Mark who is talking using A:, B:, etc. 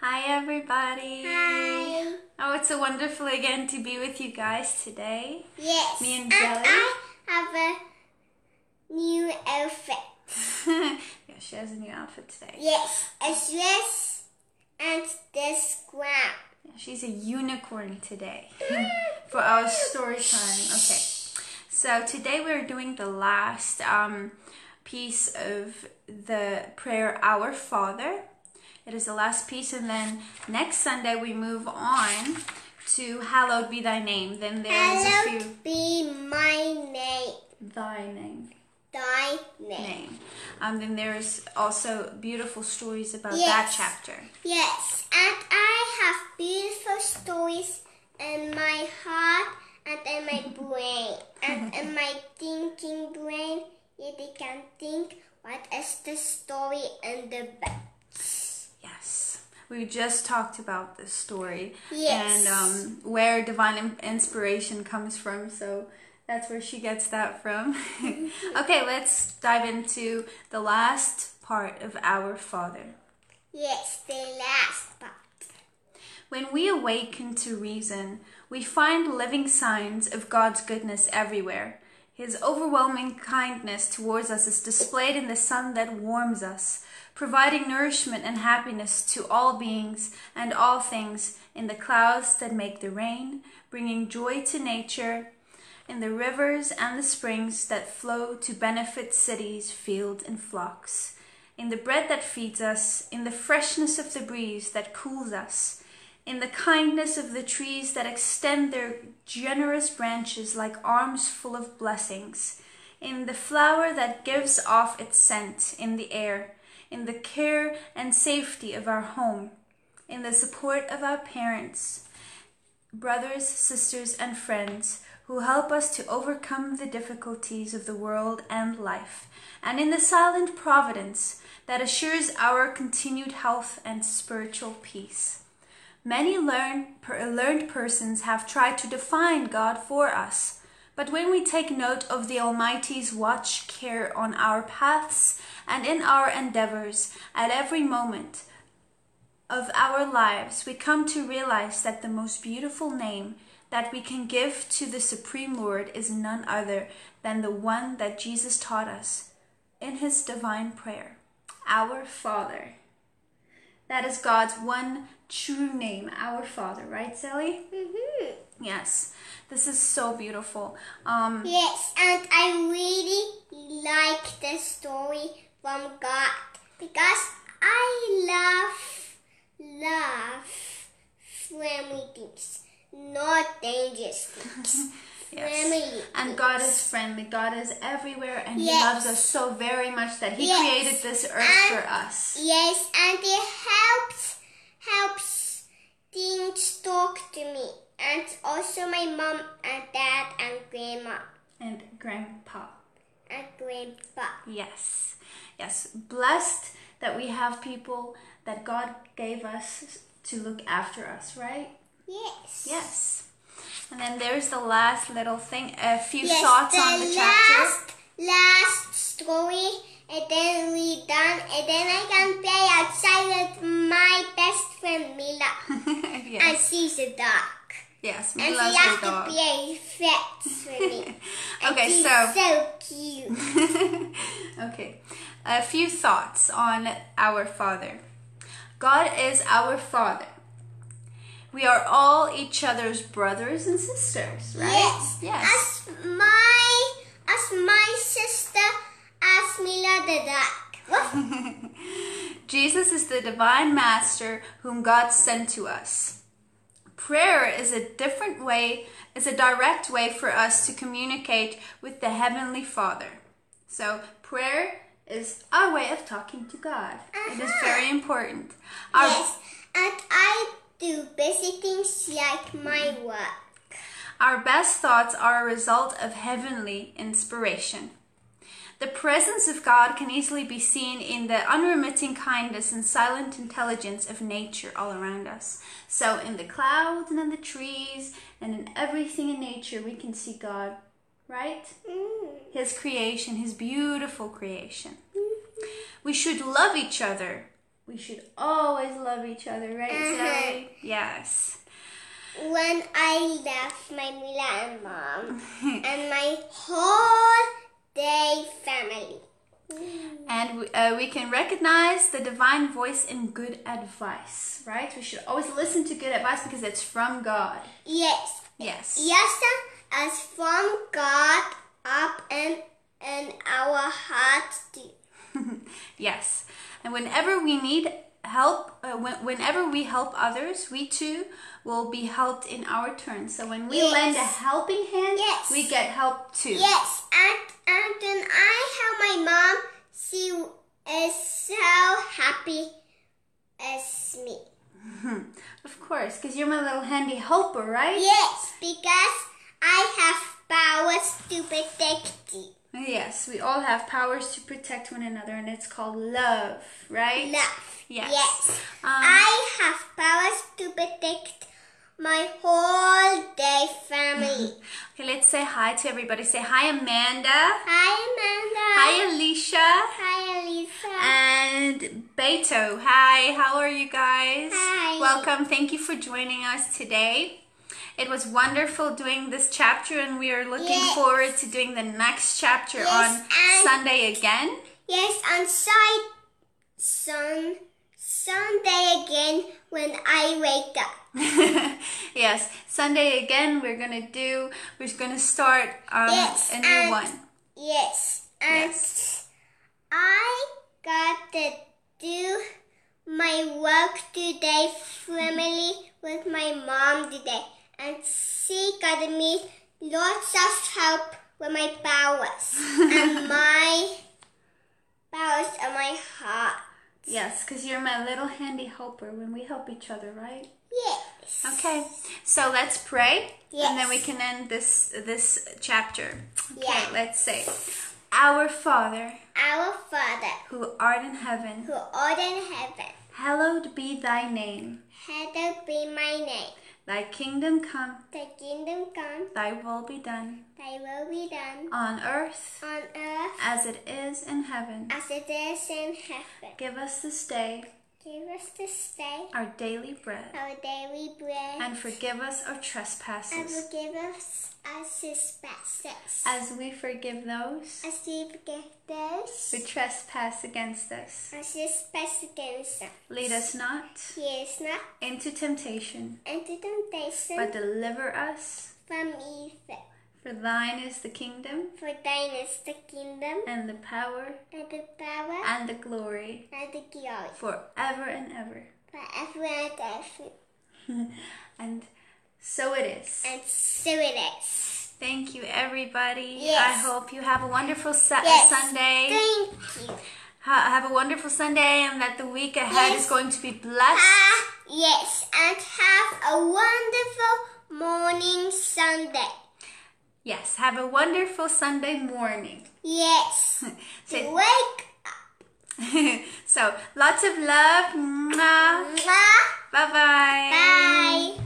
A: Hi, everybody.
B: Hi.
A: Oh, it's so wonderful again to be with you guys today.
B: Yes.
A: Me and Jelly.
B: I have a new outfit.
A: yeah, she has a new outfit today.
B: Yes, a dress and this crown.
A: Yeah, She's a unicorn today for our story time. Okay. So today we're doing the last um, piece of the prayer Our Father. It is the last piece, and then next Sunday we move on to Hallowed be Thy Name. Then there is a
B: Hallowed
A: few
B: be my name,
A: Thy Name.
B: thy name.
A: name. Um, then there's also beautiful stories about that
B: Yes.
A: chapter.
B: Yes, and I have beautiful stories in my heart and in my brain and in my thinking brain. You can think what is the story in the book.
A: Yes. We just talked about this story and
B: Yes.
A: um, where divine in- inspiration comes from. So that's where she gets that from.
B: Mm-hmm.
A: okay, let's dive into the last part of Our Father.
B: Yes, the last part.
A: When we awaken to reason, we find living signs of God's goodness everywhere. His overwhelming kindness towards us is displayed in the sun that warms us, providing nourishment and happiness to all beings and all things in the clouds that make the rain, bringing joy to nature, in the rivers and the springs that flow to benefit cities, field, and flocks, in the bread that feeds us, in the freshness of the breeze that cools us, in the kindness of the trees that extend their generous branches like arms full of blessings, in the flower that gives off its scent in the air, in the care and safety of our home, in the support of our parents, brothers, sisters, and friends who help us to overcome the difficulties of the world and life, and in the silent providence that assures our continued health and spiritual peace. Many learned, per, learned persons have tried to define God for us, but when we take note of the Almighty's watch care on our paths and in our endeavors at every moment, of our lives, we come to realize that the most beautiful name that we can give to the Supreme Lord is none other than the one that Jesus taught us in his divine prayer Our Father. That is God's one true name, Our Father, right, Sally?
B: hmm
A: Yes. This is so beautiful. Um,
B: Yes, and I really like the story from God because I love, love friendly things, not dangerous things.
A: Yes.
B: Friendly.
A: And God is friendly. God is everywhere and He
B: Yes.
A: loves us so very much that He
B: Yes.
A: created this earth
B: And-
A: for us.
B: Yes, and it helps, helps things talk to me, and also my mom and dad and grandma
A: And Grandpa.
B: and grandpa.
A: Yes. Yes. Blessed that we have people that God gave us to look after us, right?
B: Yes.
A: Yes. And then there's the last little thing, a few
B: Yes,
A: thoughts on the chapter.
B: last, last story, and then we done, and then I can play outside with my best friend Mila, and
A: yes.
B: she's a dog,
A: Yes.
B: and
A: Mila's
B: she has
A: the dog.
B: to play threats for me. And
A: okay,
B: she's
A: so
B: so cute.
A: okay. A few thoughts on our Father. God is our Father. We are all each other's brothers and sisters, right?
B: Yes,
A: Yes.
B: As my, as my sister, as Mila the dog. Woof.
A: Jesus is the divine master whom God sent to us. Prayer is a different way, is a direct way for us to communicate with the Heavenly Father. So, prayer is our way of talking to God. It is very important. Our,
B: Yes, and I do busy things like my work.
A: Our best thoughts are a result of heavenly inspiration. The presence of God can easily be seen in the unremitting kindness and silent intelligence of nature all around us. So, in the clouds and in the trees and in everything in nature, we can see God, right?
B: Mm.
A: His creation, His beautiful creation. We should love each other We should always love each other, right,
B: Uh-huh.
A: Sally? Yes.
B: When I left my Mila and mom and my whole day family.
A: And we, uh, we can recognize the divine voice in good advice, right? We should always listen to good advice because it's from God.
B: Yes,
A: Yes.
B: yes, as from God up and in our hearts. too.
A: yes. And whenever we need help, uh, when, whenever we help others, we too will be helped in our turn. So when we
B: Yes.
A: lend a helping hand,
B: Yes.
A: we get help too.
B: Yes, and and then I help my mom. She is so happy as me.
A: Of course, because you're my little handy helper, right?
B: Yes, because I have powers to protect you.
A: Yes, we all have powers to protect one another, and it's called love, right?
B: Love.
A: Yes.
B: Yes.
A: Um,
B: I have powers to protect my whole day family.
A: Okay, let's say hi to everybody. Say hi, Amanda.
B: Hi, Amanda.
A: Hi, Uh, Alicia.
B: Hi, Elisa.
A: And Beto. Hi, how are you guys?
B: Hi.
A: Welcome. Thank you for joining us today. It was wonderful doing this chapter, and we are looking
B: Yes.
A: forward to doing the next chapter
B: Yes,
A: on
B: and-
A: Sunday again.
B: yes, on side sun Sunday again when I wake up.
A: yes, Sunday again. We're gonna do. We're gonna start um,
B: Yes,
A: a new
B: and-
A: one.
B: Yes, and I got to do my work today, family, with my mom today, and she got me lots of help with my powers and my powers and my heart.
A: Yes, because you're my little handy helper when we help each other, right?
B: Yes.
A: Okay, so let's pray, and then
B: Yes.
A: we can end this this chapter. Okay,
B: Yeah.
A: let's say, Our Father
B: Our Father,
A: who art in heaven,
B: who art in heaven,
A: hallowed be Thy name.
B: hallowed be my name.
A: Thy kingdom come.
B: Thy kingdom come.
A: Thy will be done
B: Thy will be done
A: on earth
B: on earth
A: as it is in heaven.
B: as it is in heaven.
A: Give us this day
B: Give us this day
A: our daily bread,
B: our daily bread,
A: and forgive us our
B: and
A: trespasses,
B: forgive us our trespasses,
A: as we forgive those
B: as we forgive those
A: who trespass against us.
B: who trespass against us.
A: Lead us not
B: He is not
A: into temptation,
B: into temptation,
A: but deliver us.
B: from evil.
A: For thine is the kingdom,
B: For thine is the kingdom,
A: and the power,
B: and the power,
A: and the glory,
B: and the glory,
A: forever and ever.
B: forever and ever.
A: And so it is.
B: And so it is.
A: Thank you, everybody.
B: Yes.
A: I hope you have a wonderful su-
B: Yes.
A: Sunday.
B: Thank you.
A: Ha- have a wonderful Sunday, and that the week ahead
B: Yes.
A: is going to be blessed.
B: Ah, yes, and have a wonderful morning Sunday.
A: Yes, have a wonderful Sunday morning.
B: Yes.
A: So-
B: Wake
A: so, lots of love. Mwah.
B: up.
A: Bye-bye.
B: Bye.